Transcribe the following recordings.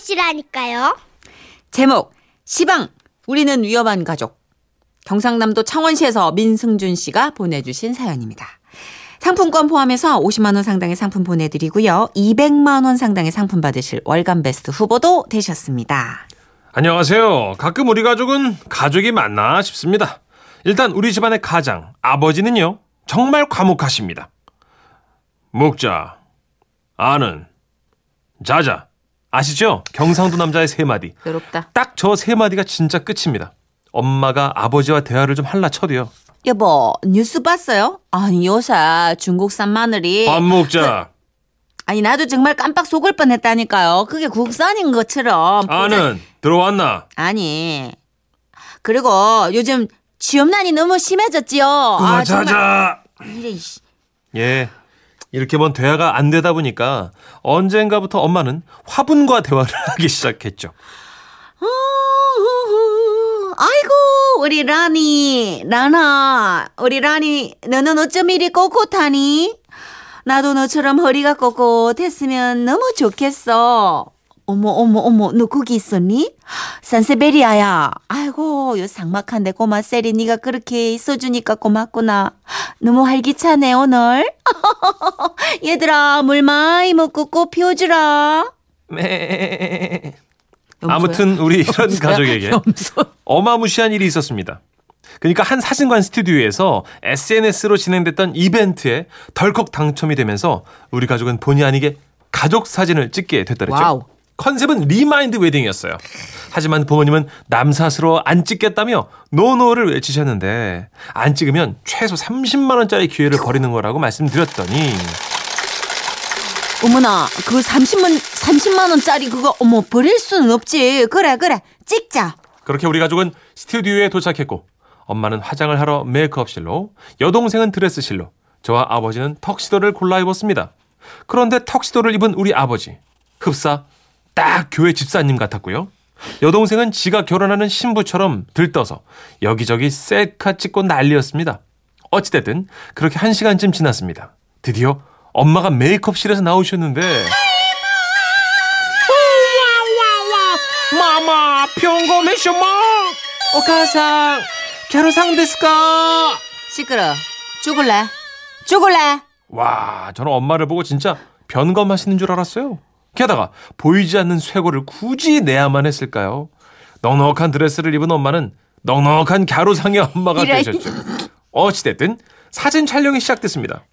씨라니까요. 제목 시방 우리는 위험한 가족 경상남도 창원시에서 민승준 씨가 보내주신 사연입니다. 상품권 포함해서 50만 원 상당의 상품 보내드리고요. 200만 원 상당의 상품 받으실 월간 베스트 후보도 되셨습니다. 안녕하세요. 가끔 우리 가족은 가족이 맞나 싶습니다. 일단 우리 집안의 가장 아버지는요 정말 과묵하십니다. 묵자, 아는, 자자 아시죠? 경상도 남자의 세 마디. 외롭다. 딱 저 세 마디가 진짜 끝입니다. 엄마가 아버지와 대화를 좀 할라 쳐도요. 여보 뉴스 봤어요? 아니 요새 중국산 마늘이 밥 먹자, 아니 나도 정말 깜빡 속을 뻔했다니까요. 그게 국산인 것처럼 아는 네. 들어왔나? 네. 아니. 그리고 요즘 취업난이 너무 심해졌지요. 그만 아, 정말. 자자. 이래, 이씨. 예. 이렇게만 대화가 안 되다 보니까 언젠가부터 엄마는 화분과 대화를 하기 시작했죠. 어, 아이고 우리 라니 라나 우리 라니 너는 어쩜 이리 꼿꼿하니? 나도 너처럼 허리가 꼿꼿했으면 너무 좋겠어. 어머 어머 어머 너 거기 있었니? 산세베리아야. 아이고 요 상막한데 고마 세리 네가 그렇게 있어주니까 고맙구나. 너무 활기차네 오늘. 얘들아 물 많이 먹고 꽃 피워주라. 아무튼 우리 이런 가족에게 염소. 어마무시한 일이 있었습니다. 그러니까 한 사진관 스튜디오에서 SNS로 진행됐던 이벤트에 덜컥 당첨이 되면서 우리 가족은 본의 아니게 가족 사진을 찍게 됐다랬죠. 와우. 컨셉은 리마인드 웨딩이었어요. 하지만 부모님은 남사스러워 안 찍겠다며 노노를 외치셨는데 안 찍으면 최소 30만 원짜리 기회를 버리는 거라고 말씀드렸더니 어머나 그 30만 30만 원짜리 그거 어머 버릴 수는 없지 그래 그래 찍자 그렇게 우리 가족은 스튜디오에 도착했고 엄마는 화장을 하러 메이크업실로 여동생은 드레스실로 저와 아버지는 턱시도를 골라 입었습니다. 그런데 턱시도를 입은 우리 아버지 흡사 딱 교회 집사님 같았고요. 여동생은 지가 결혼하는 신부처럼 들떠서 여기저기 셀카 찍고 난리였습니다. 어찌됐든 그렇게 한 시간쯤 지났습니다. 드디어 엄마가 메이크업실에서 나오셨는데 마마 평범해셔마 오카상 결혼상 데스까 시끄러 죽을래 죽을래 와 저는 엄마를 보고 진짜 변검하시는 줄 알았어요 게다가 보이지 않는 쇠고를 굳이 내야만 했을까요 넉넉한 드레스를 입은 엄마는 넉넉한 갸루상의 엄마가 이래. 되셨죠 어찌됐든 사진 촬영이 시작됐습니다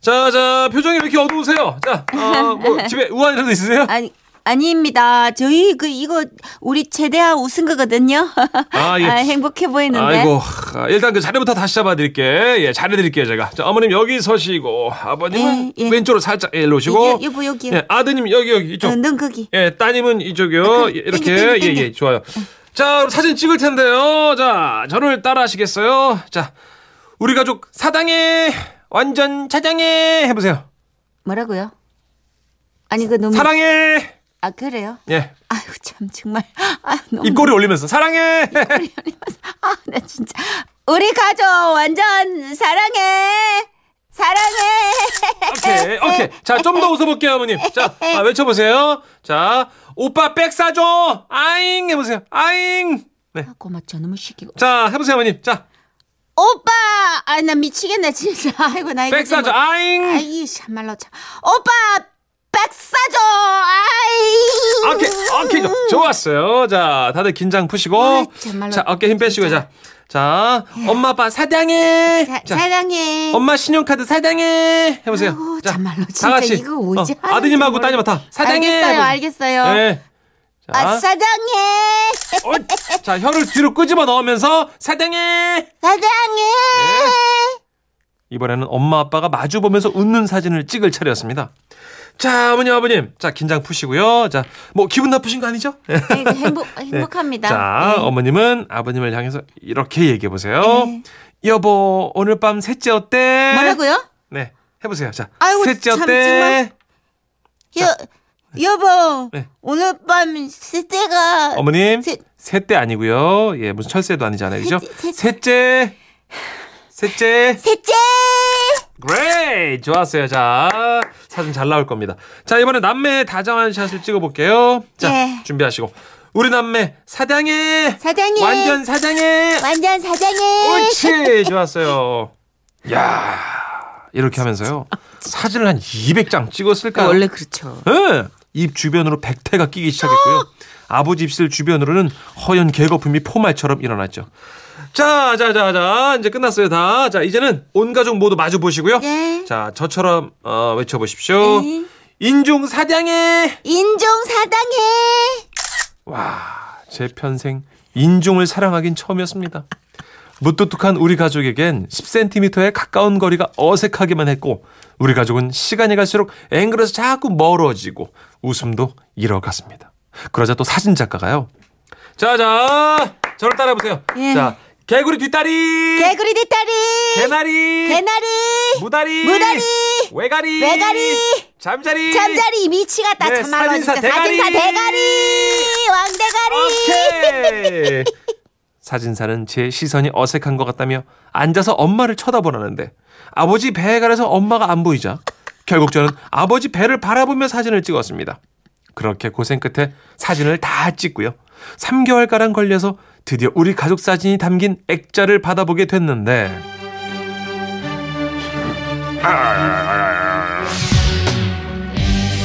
자자 표정이 왜 이렇게 어두우세요 자뭐 집에 우환이라도 있으세요 아니 아닙니다 저희 그 이거 우리 최대한 우승 거거든요 아, 예. 아, 행복해 보이는데 아이고 하, 일단 그 자리부터 다시 잡아드릴게 예 잘해드릴게요 제가 자 어머님 여기 서시고 아버님은 예, 예. 왼쪽으로 살짝 예, 일로 오시고 예, 여보, 여기요. 예, 아드님 여기 여기 이쪽 어, 넌 거기 예 따님은 이쪽이요 그, 예, 이렇게 땡겨, 예예 땡겨, 땡겨. 네. 좋아요 자 그럼 사진 찍을 텐데요 자 저를 따라하시겠어요 자 우리 가족 사당에 완전 차장에 해보세요 뭐라고요 아니 그 너무 사랑해 아 그래요 예 아유 참 정말 아 너무 입꼬리 올리면서 사랑해 아나 진짜 우리 가족 완전 사랑해 사랑해 오케이, 오케이. 자, 좀 더 웃어볼게요, 어머님. 자, 아, 외쳐보세요. 자, 오빠 백 사줘! 아잉! 해보세요. 아잉! 네. 고마 저놈의 시키고 자, 해보세요, 어머님. 자, 오빠! 아, 나 미치겠네, 진짜. 아이고, 나 이거. 백 좀 사줘! 뭐- 아잉! 아이, 참말로 참. 오빠! 백사줘! 아이! 오케이, 오케이. 좋- 좋았어요. 자, 다들 긴장 아, 푸시고. 정말로 자, 어깨 힘 빼시고, 자. 자, 엄마 아빠 사랑해! 사, 자, 사랑해. 엄마 신용카드 사랑해! 해보세요. 아이고, 자, 참말로 다 진짜 같이. 이거 뭐지? 어, 아드님하고 아이고, 따님한테 다 사랑해! 알겠어요, 해보세요. 알겠어요. 네. 자. 아, 사랑해. 어, 자, 혀를 뒤로 끄집어 넣으면서 사랑해! 사랑해. 네. 이번에는 엄마 아빠가 마주 보면서 웃는 사진을 찍을 차례였습니다. 자, 어머니 아버님. 자, 긴장 푸시고요. 자, 뭐 기분 나쁘신 거 아니죠? 네. 아이고, 행복, 행복합니다. 자, 네. 어머님은 아버님을 향해서 이렇게 얘기해 보세요. 여보, 오늘 밤 셋째 어때? 뭐라고요? 네. 해 보세요. 자. 아이고, 셋째 참, 어때? 정말. 여, 여보, 네. 오늘 밤 시대가. 어머님. 셋- 셋째 아니고요. 예, 무슨 철새도 아니잖아요. 그죠? 셋째, 셋째. 셋째. 셋째! Great! 좋았어요. 자, 사진 잘 나올 겁니다. 자, 이번에 남매의 다정한 샷을 찍어볼게요. 자, 예. 준비하시고. 우리 남매, 사장해! 사장님. 완전 사장해! 완전 사장님. 옳지! 좋았어요. 야 이렇게 하면서요. 사진을 한 200장 찍었을까요? 원래 그렇죠. 예, 입 주변으로 백태가 끼기 시작했고요. 아버지 입술 주변으로는 허연 개거품이 포말처럼 일어났죠. 자, 자, 자, 자, 이제 끝났어요 다. 자, 이제는 온 가족 모두 마주 보시고요. 예. 네. 자, 저처럼 어, 외쳐보십시오. 네. 인중 사냥해. 인종 사당해. 와, 제 평생 인종을 사랑하긴 처음이었습니다. 무뚝뚝한 우리 가족에겐 10cm에 가까운 거리가 어색하기만 했고 우리 가족은 시간이 갈수록 앵글에서 자꾸 멀어지고 웃음도 잃어갔습니다. 그러자 또 사진 작가가요. 자자, 저를 따라해보세요. 예. 자, 개구리 뒷다리, 개구리 뒷다리. 개나리, 개나리. 네. 무다리, 무다리, 외가리, 외가리, 잠자리, 잠자리 미치겠다. 네, 참말로 사진사 진짜 사진사 대가리. 대가리. 왕대가리. 오케이. 사진사는 제 시선이 어색한 것 같다며 앉아서 엄마를 쳐다보라는데 아버지 배에 가려서 엄마가 안 보이자 결국 저는 아버지 배를 바라보며 사진을 찍었습니다. 그렇게 고생 끝에 사진을 다 찍고요. 3개월가량 걸려서 드디어 우리 가족 사진이 담긴 액자를 받아보게 됐는데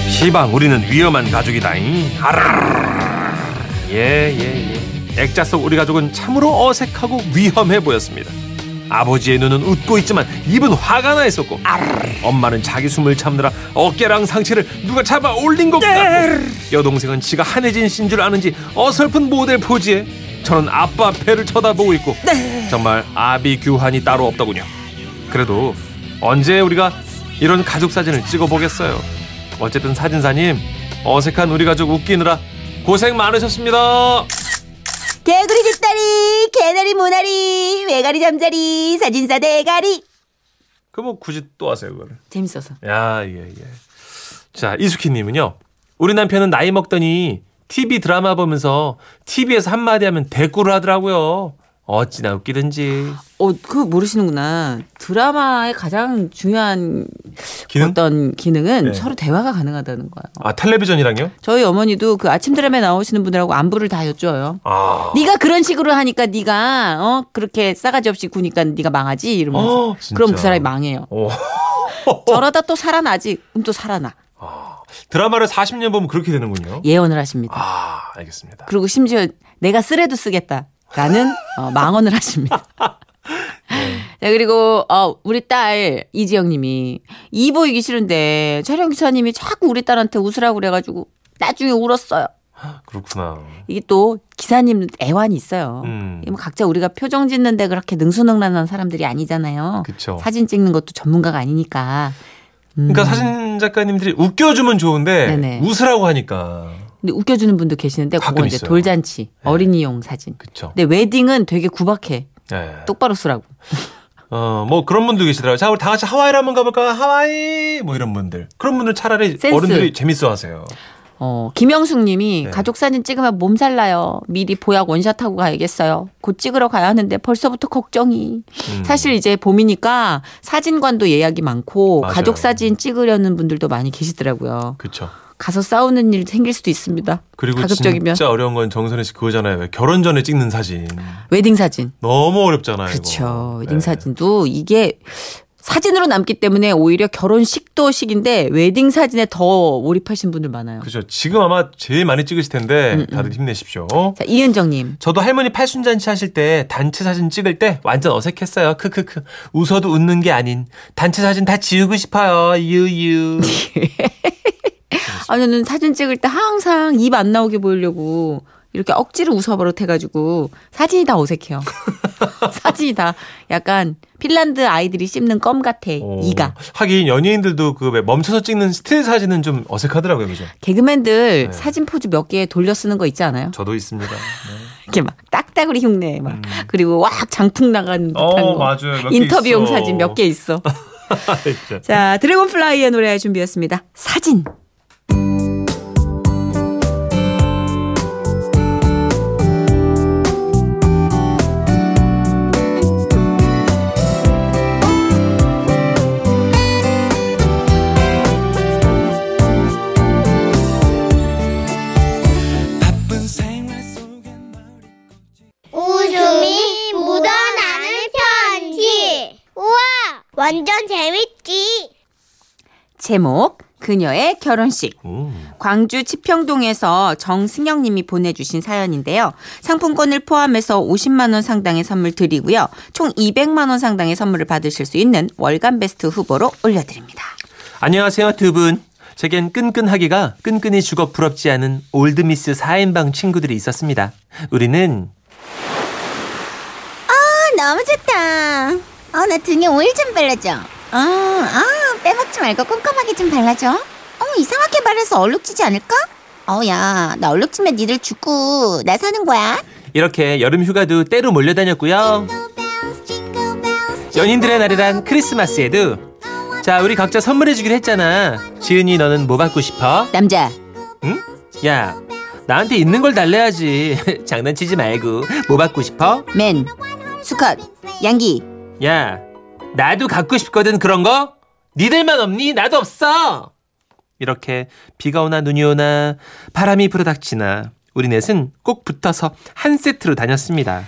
시방 우리는 위험한 가족이다잉. 예, 예, 예. 액자 속 우리 가족은 참으로 어색하고 위험해 보였습니다. 아버지의 눈은 웃고 있지만 입은 화가 나 있었고 엄마는 자기 숨을 참느라 어깨랑 상체를 누가 잡아 올린 것 같고 여동생은 지가 한혜진 씨인 줄 아는지 어설픈 모델 포즈에 저는 아빠 배를 쳐다보고 있고 정말 아비규환이 따로 없더군요. 그래도 언제 우리가 이런 가족 사진을 찍어보겠어요. 어쨌든 사진사님 어색한 우리 가족 웃기느라 고생 많으셨습니다. 개구리 뒷다리, 개나리 모나리, 외가리 잠자리, 사진사 대가리. 그뭐 굳이 또 하세요 그거를. 재밌어서. 야 예 예. 자 이수키님은요. 우리 남편은 나이 먹더니 TV 드라마 보면서 TV에서 한마디 하면 대꾸를 하더라고요. 어찌나 웃기든지. 어, 그 모르시는구나. 드라마의 가장 중요한 기능? 어떤 기능은 네. 서로 대화가 가능하다는 거예요. 아 텔레비전이랑요? 저희 어머니도 그 아침 드라마에 나오시는 분들하고 안부를 다 여쭤요. 아. 네가 그런 식으로 하니까 네가 어 그렇게 싸가지 없이 구니까 네가 망하지 이러면서 어, 진짜. 어, 그럼 그 사람이 망해요. 오. 저러다 또 살아나지 그럼 또 살아나 드라마를 40년 보면 그렇게 되는군요. 예언을 하십니다. 아 알겠습니다. 그리고 심지어 내가 쓰레도 쓰겠다. 라는 어, 망언을 하십니다. 네. 자, 그리고, 어, 우리 딸, 이지영 님이, 이 보이기 싫은데, 촬영기사님이 자꾸 우리 딸한테 웃으라고 그래가지고, 나중에 울었어요. 그렇구나. 이게 또, 기사님 애환이 있어요. 음. 이게 뭐 각자 우리가 표정 짓는데 그렇게 능수능란한 사람들이 아니잖아요. 그쵸. 사진 찍는 것도 전문가가 아니니까. 그러니까 사진 작가님들이 웃겨주면 좋은데 음. 네네. 웃으라고 하니까 근데 웃겨주는 분도 계시는데, 가끔 그건 이제 있어요. 네. 돌잔치, 어린이용 사진. 그쵸. 근데 웨딩은 되게 구박해. 예. 똑바로 쓰라고. 어뭐 그런 분도 계시더라고요. 자 우리 다 같이 하와이를 한번 가볼까? 하와이 뭐 이런 분들 그런 분들 차라리 센스. 어른들이 재밌어하세요. 어, 김영숙 님이 네. 가족 사진 찍으면 몸살 나요. 미리 보약 원샷하고 가야겠어요. 곧 찍으러 가야 하는데 벌써부터 걱정이. 음. 사실 이제 봄이니까 사진관도 예약이 많고 맞아요. 가족 사진 찍으려는 분들도 많이 계시더라고요. 그쵸. 가서 싸우는 일 생길 수도 있습니다. 그리고 가급적이면 진짜 어려운 건 정선혜 씨 그거잖아요. 왜 결혼 전에 찍는 사진 웨딩 사진. 너무 어렵잖아요. 그렇죠. 이거. 웨딩 예. 사진도 이게 사진으로 남기 때문에 오히려 결혼식도 식인데 웨딩 사진에 더 몰입하신 분들 많아요. 예. 그죠. 지금 아마 제일 많이 찍으실 음, 텐데 다들 힘내십시오. 자, 이은정 님. 저도 할머니 팔순잔치 하실 때 단체 사진 찍을 때 완전 어색했어요. 크크크. 웃어도 웃는 게 아닌 단체 사진 다 지우고 싶어요. 유유. 아니, 저는 사진 찍을 때 항상 입 안 나오게 보이려고 이렇게 억지로 웃어버릇해가지고 사진이 다 어색해요. 사진이 다 약간 핀란드 아이들이 씹는 껌 같아. 이가. 어. 하긴 연예인들도 그 왜 멈춰서 찍는 스틸 사진은 좀 어색하더라고요. 그죠? 개그맨들 네. 사진 포즈 몇 개 돌려 쓰는 거 있지 않아요? 저도 있습니다. 네. 이렇게 막 딱따구리 흉내 막 그리고 왁 장풍 나간 듯한 음. 어, 거. 맞아요. 몇개 인터뷰용 있어. 사진 몇 개 있어. 아, 진짜. 자, 드래곤플라이의 노래 준비했습니다. 사진. 완전 재밌지. 제목 그녀의 결혼식 음. 광주 치평동에서 정승영 님이 보내주신 사연인데요. 상품권을 포함해서 50만 원 상당의 선물 드리고요. 총 200만 원 상당의 선물을 받으실 수 있는 월간 베스트 후보로 올려드립니다. 안녕하세요 두 분. 제겐 끈끈하기가 끈끈이 죽어 부럽지 않은 올드미스 4인방 친구들이 있었습니다. 우리는 아, 너무 좋다. 어, 나 등에 오일 좀 발라줘. 어, 아, 빼먹지 말고 꼼꼼하게 좀 발라줘. 어, 이상하게 바르서 얼룩지지 않을까? 어, 야, 나 얼룩지면 니들 죽고 나 사는 거야. 이렇게 여름 휴가도 때로 몰려다녔고요. 연인들의 날이란 크리스마스에도 자 우리 각자 선물해 주기로 했잖아. 지은이 너는 뭐 받고 싶어? 남자 응? 야 나한테 있는 걸 달래야지. 장난치지 말고 뭐 받고 싶어? 맨 수컷 양기 야 나도 갖고 싶거든 그런 거. 니들만 없니? 나도 없어. 이렇게 비가 오나 눈이 오나 바람이 불어닥치나 우리 넷은 꼭 붙어서 한 세트로 다녔습니다.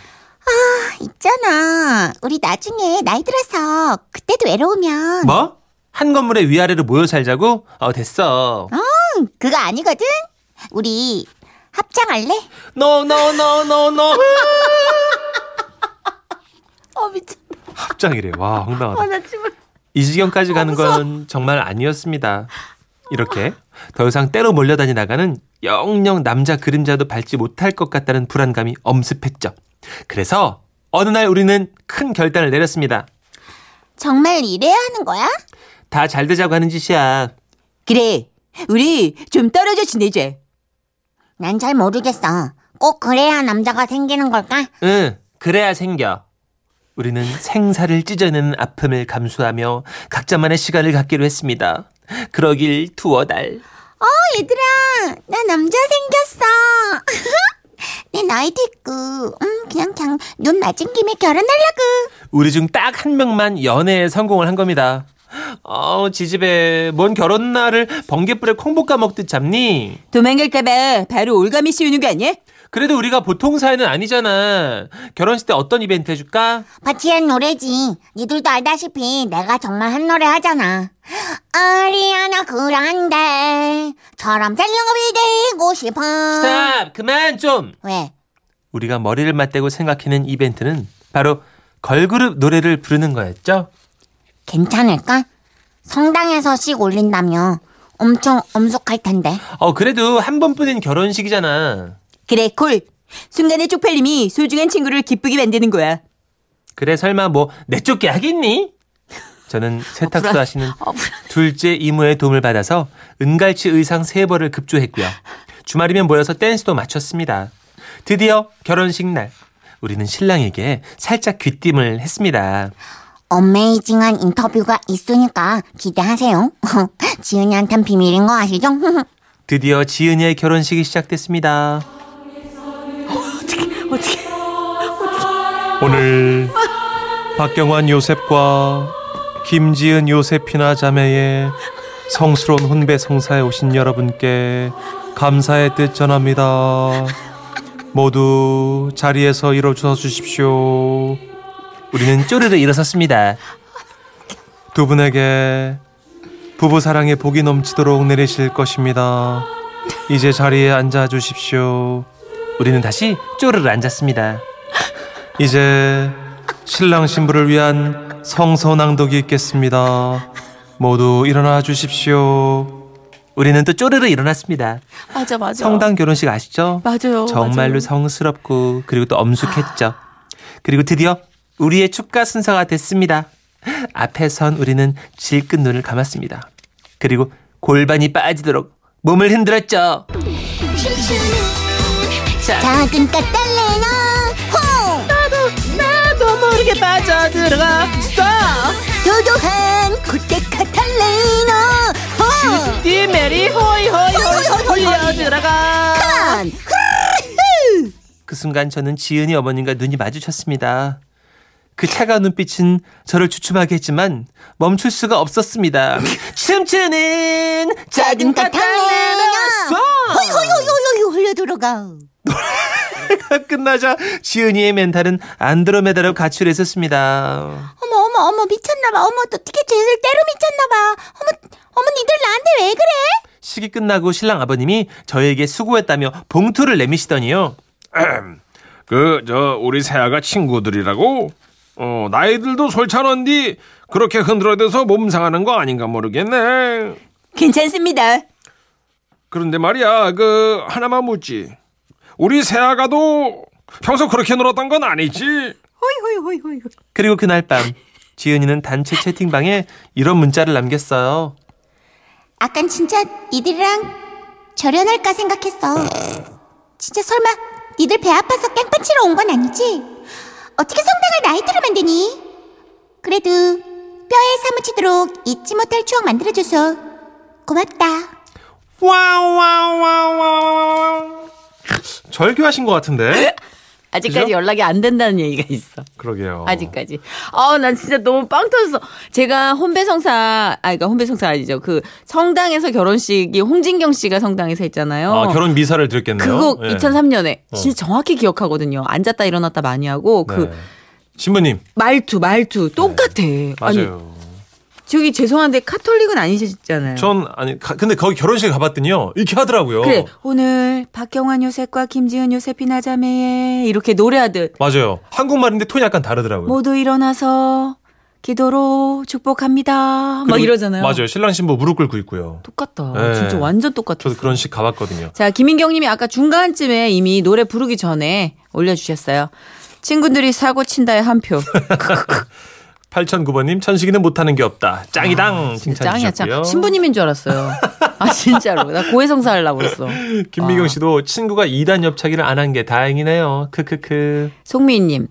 있잖아. 우리 나중에 나이 들어서 그때도 외로우면 뭐? 한 건물의 위아래로 모여 살자고? 어 됐어. 그거 아니거든. 우리 합장할래? 노노노노노 어, 미쳐. 합장이래. 와 어, 황당하다. 나 지금. 이 지경까지 가는 건 정말 아니었습니다. 이렇게 더 이상 때로 몰려다니다가는 영영 남자 그림자도 밟지 못할 것 같다는 불안감이 엄습했죠. 그래서 어느 날 우리는 큰 결단을 내렸습니다. 정말 이래야 하는 거야? 다 잘 되자고 하는 짓이야. 그래 우리 좀 떨어져 지내자. 난 잘 모르겠어. 꼭 그래야 남자가 생기는 걸까? 응, 그래야 생겨. 우리는 생사를 찢어내는 아픔을 감수하며 각자만의 시간을 갖기로 했습니다. 그러길 두어 달. 얘들아, 나 남자 생겼어. 내 나이 됐고, 음, 그냥 그냥 눈 낮은 김에 결혼하려고. 우리 중 딱 한 명만 연애에 성공을 한 겁니다. 어, 지집에 뭔 결혼날을 번개불에 콩볶 까먹듯 잡니? 도망갈까봐 바로 올가미 씌우는 거 아니야? 그래도 우리가 보통 사이는 아니잖아. 결혼식 때 어떤 이벤트 해줄까? 바티한 노래지. 니들도 알다시피 내가 정말 한 노래 하잖아. 아리아나 그란데, 처럼 생명업이 되고 싶어. 스탑! 그만 좀! 왜? 우리가 머리를 맞대고 생각해낸 이벤트는 바로 걸그룹 노래를 부르는 거였죠. 괜찮을까? 성당에서 씩 올린다며. 엄청 엄숙할 텐데. 어, 그래도 한 번뿐인 결혼식이잖아. 그래 콜 순간의 쪽팔림이 소중한 친구를 기쁘게 만드는 거야. 그래 설마 뭐 내쫓게 하겠니? 저는 세탁소 불안- 하시는 어, 불안- 둘째 이모의 도움을 받아서 은갈치 의상 세 벌을 급조했고요. 주말이면 모여서 댄스도 마쳤습니다. 드디어 결혼식 날 우리는 신랑에게 살짝 귀띔을 했습니다. 어메이징한 인터뷰가 있으니까 기대하세요. 지은이한텐 비밀인 거 아시죠? 드디어 지은이의 결혼식이 시작됐습니다. 어떻게? 오늘 박경환 요셉과 김지은 요세피나 자매의 성스러운 혼배 성사에 오신 여러분께 감사의 뜻 전합니다. 모두 자리에서 일어서 주십시오. 우리는 쪼르르 일어섰습니다. 두 분에게 부부 사랑의 복이 넘치도록 내리실 것입니다. 이제 자리에 앉아 주십시오. 우리는 다시 쪼르르 앉았습니다. 이제 신랑 신부를 위한 성서 낭독이 있겠습니다. 모두 일어나 주십시오. 우리는 또 쪼르르 일어났습니다. 맞아 맞아. 성당 결혼식 아시죠? 맞아요. 정말로 성스럽고 그리고 또 엄숙했죠. 그리고 드디어 우리의 축가 순서가 됐습니다. 앞에선 우리는 질끈 눈을 감았습니다. 그리고 골반이 빠지도록 몸을 흔들었죠. 작은 까딸레나 호! 나도 모르게 빠져 들어갔어. 도도한 그때 카탈레나 호! 디 메리 호이 호이 호이 홀려 들어가. 그 순간 저는 지은이 어머님과 눈이 마주쳤습니다. 그 차가운 눈빛은 저를 주춤하게 했지만 멈출 수가 없었습니다. 춤추는 작은 까탈레나 까탈레나 호이호이호이호이 흘려 들어가 노래가 끝나자 지은이의 멘탈은 안드로메다로 가출했었습니다. 어머 어머 어머 미쳤나봐 어머 어떻게 쟤들 때로 미쳤나봐 어머 어머 니들 나한테 왜 그래? 식이 끝나고 신랑 아버님이 저에게 수고했다며 봉투를 내미시더니요. 그 저 우리 세아가 친구들이라고 어 나이들도 솔찬한디 그렇게 흔들어대서 몸 상하는 거 아닌가 모르겠네 괜찮습니다. 그런데 말이야 그 하나만 묻지 우리 세아가도 평소 그렇게 놀았던 건 아니지 그리고 그날 밤 지은이는 단체 채팅방에 이런 문자를 남겼어요. 아깐 진짜 니들이랑 절연할까 생각했어 진짜 설마 니들 배 아파서 깽판 치러 온 건 아니지? 어떻게 성당을 나이 들으면 되니? 그래도 뼈에 사무치도록 잊지 못할 추억 만들어줘서 고맙다 와와와와 절규하신 것 같은데? 아직까지 그죠? 연락이 안 된다는 얘기가 있어. 그러게요. 아직까지. 아, 난 진짜 너무 빵 터졌어. 제가 혼배성사, 아, 그니까 혼배성사 아니죠. 그 성당에서 결혼식이 홍진경 씨가 성당에서 했잖아요. 아, 결혼 미사를 드렸겠네요. 어. 그거 예. 2003년에 진짜 정확히 기억하거든요. 앉았다 일어났다 많이 하고 그 네. 신부님 말투 말투 똑같아. 아니 네. 맞아요. 저기 죄송한데 카톨릭은 아니시잖아요. 전 아니 가- 근데 거기 결혼식에 가봤더니요 이렇게 하더라고요. 네. 그래 오늘 박경환 요셉과 김지은 요셉이나 자매의 이렇게 노래하듯 맞아요. 한국말인데 톤이 약간 다르더라고요. 모두 일어나서 기도로 축복합니다. 막 그리고- 이러잖아요. 맞아요. 신랑 신부 무릎 꿇고 있고요. 똑같다. 네. 진짜 완전 똑같아. 저도 그런 식 가봤거든요. 자, 김인경님이 아까 중간쯤에 이미 노래 부르기 전에 올려주셨어요. 친구들이 사고 친다의 한 표. 8009번님 천식이는 못하는 게 없다. 짱이당 아, 진짜 짱이야, 짱. 칭찬해주셨고요. 신부님인 줄 알았어요. 아, 진짜로. 나 고해성사 하려고 그랬어. 김미경 씨도 친구가 2단 옆차기를 안 한 게 다행이네요. 크크크. 송미인님,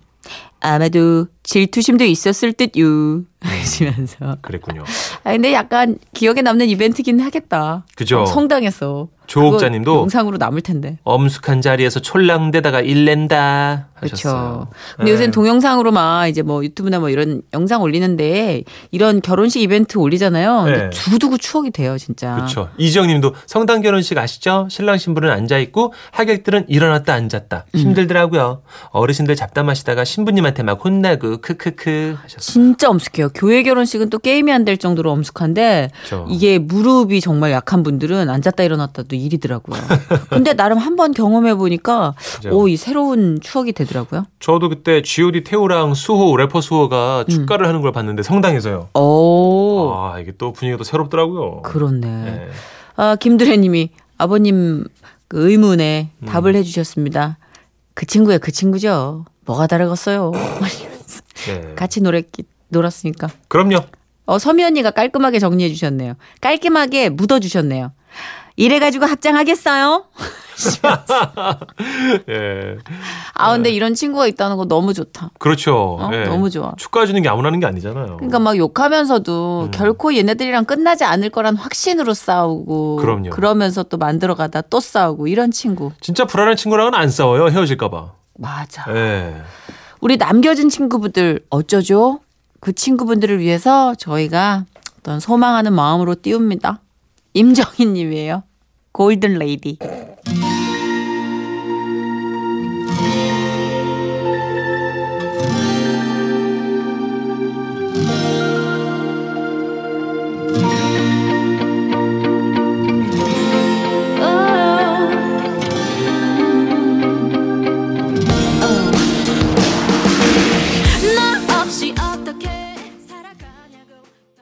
아마도 질투심도 있었을 듯유. 하시면서. 그랬군요. 아, 근데 약간 기억에 남는 이벤트긴 하겠다. 그죠. 어, 성당에서. 조옥자님도 그거 영상으로 남을 텐데. 엄숙한 자리에서 촐랑대다가 일낸다 그렇죠. 하셨어요. 근데 예. 요새는 동영상으로만 이제 뭐 유튜브나 뭐 이런 영상 올리는데 이런 결혼식 이벤트 올리잖아요. 근데 네. 두두고 추억이 돼요, 진짜. 그렇죠. 이지영님도 성당 결혼식 아시죠? 신랑 신부는 앉아 있고 하객들은 일어났다 앉았다 음. 힘들더라고요. 어르신들 잡담하시다가 신부님한테 막 혼나고 크크크 하셨어요. 진짜 엄숙해요. 교회 결혼식은 또 게임이 안 될 정도로 엄숙한데 그렇죠. 이게 무릎이 정말 약한 분들은 앉았다 일어났다도 일이더라고요. 근데 나름 한 번 경험해 보니까 그죠. 오, 이 새로운 추억이 되더라고요. 저도 그때 G.O.D 태우랑 수호 래퍼 수호가 축가를 하는 걸 봤는데 성당에서요. 음. 오, 아 이게 또 분위기가 또 새롭더라고요. 그렇네. 예. 아, 김두래 님이 아버님 그 의문에 음. 답을 해주셨습니다. 그 친구야, 그 친구죠. 뭐가 다르겠어요. 예. 같이 노랬기, 놀았으니까. 그럼요. 어, 서미 언니가 깔끔하게 정리해 주셨네요. 깔끔하게 묻어 주셨네요. 이래가지고 합장하겠어요? 예. 아, 근데 이런 친구가 있다는 거 너무 좋다. 그렇죠. 어, 예. 너무 좋아. 축가해 주는 게 아무나 하는 게 아니잖아요. 그러니까 막 음. 욕하면서도 결코 얘네들이랑 끝나지 않을 거란 확신으로 싸우고. 그럼요. 그러면서 또 만들어가다 또 싸우고. 이런 친구. 진짜 불안한 친구랑은 안 싸워요. 헤어질까 봐. 맞아. 예. 우리 남겨진 친구분들 어쩌죠? 그 친구분들을 위해서 저희가 어떤 소망하는 마음으로 띄웁니다. 임정희 님이에요. 골든 레이디.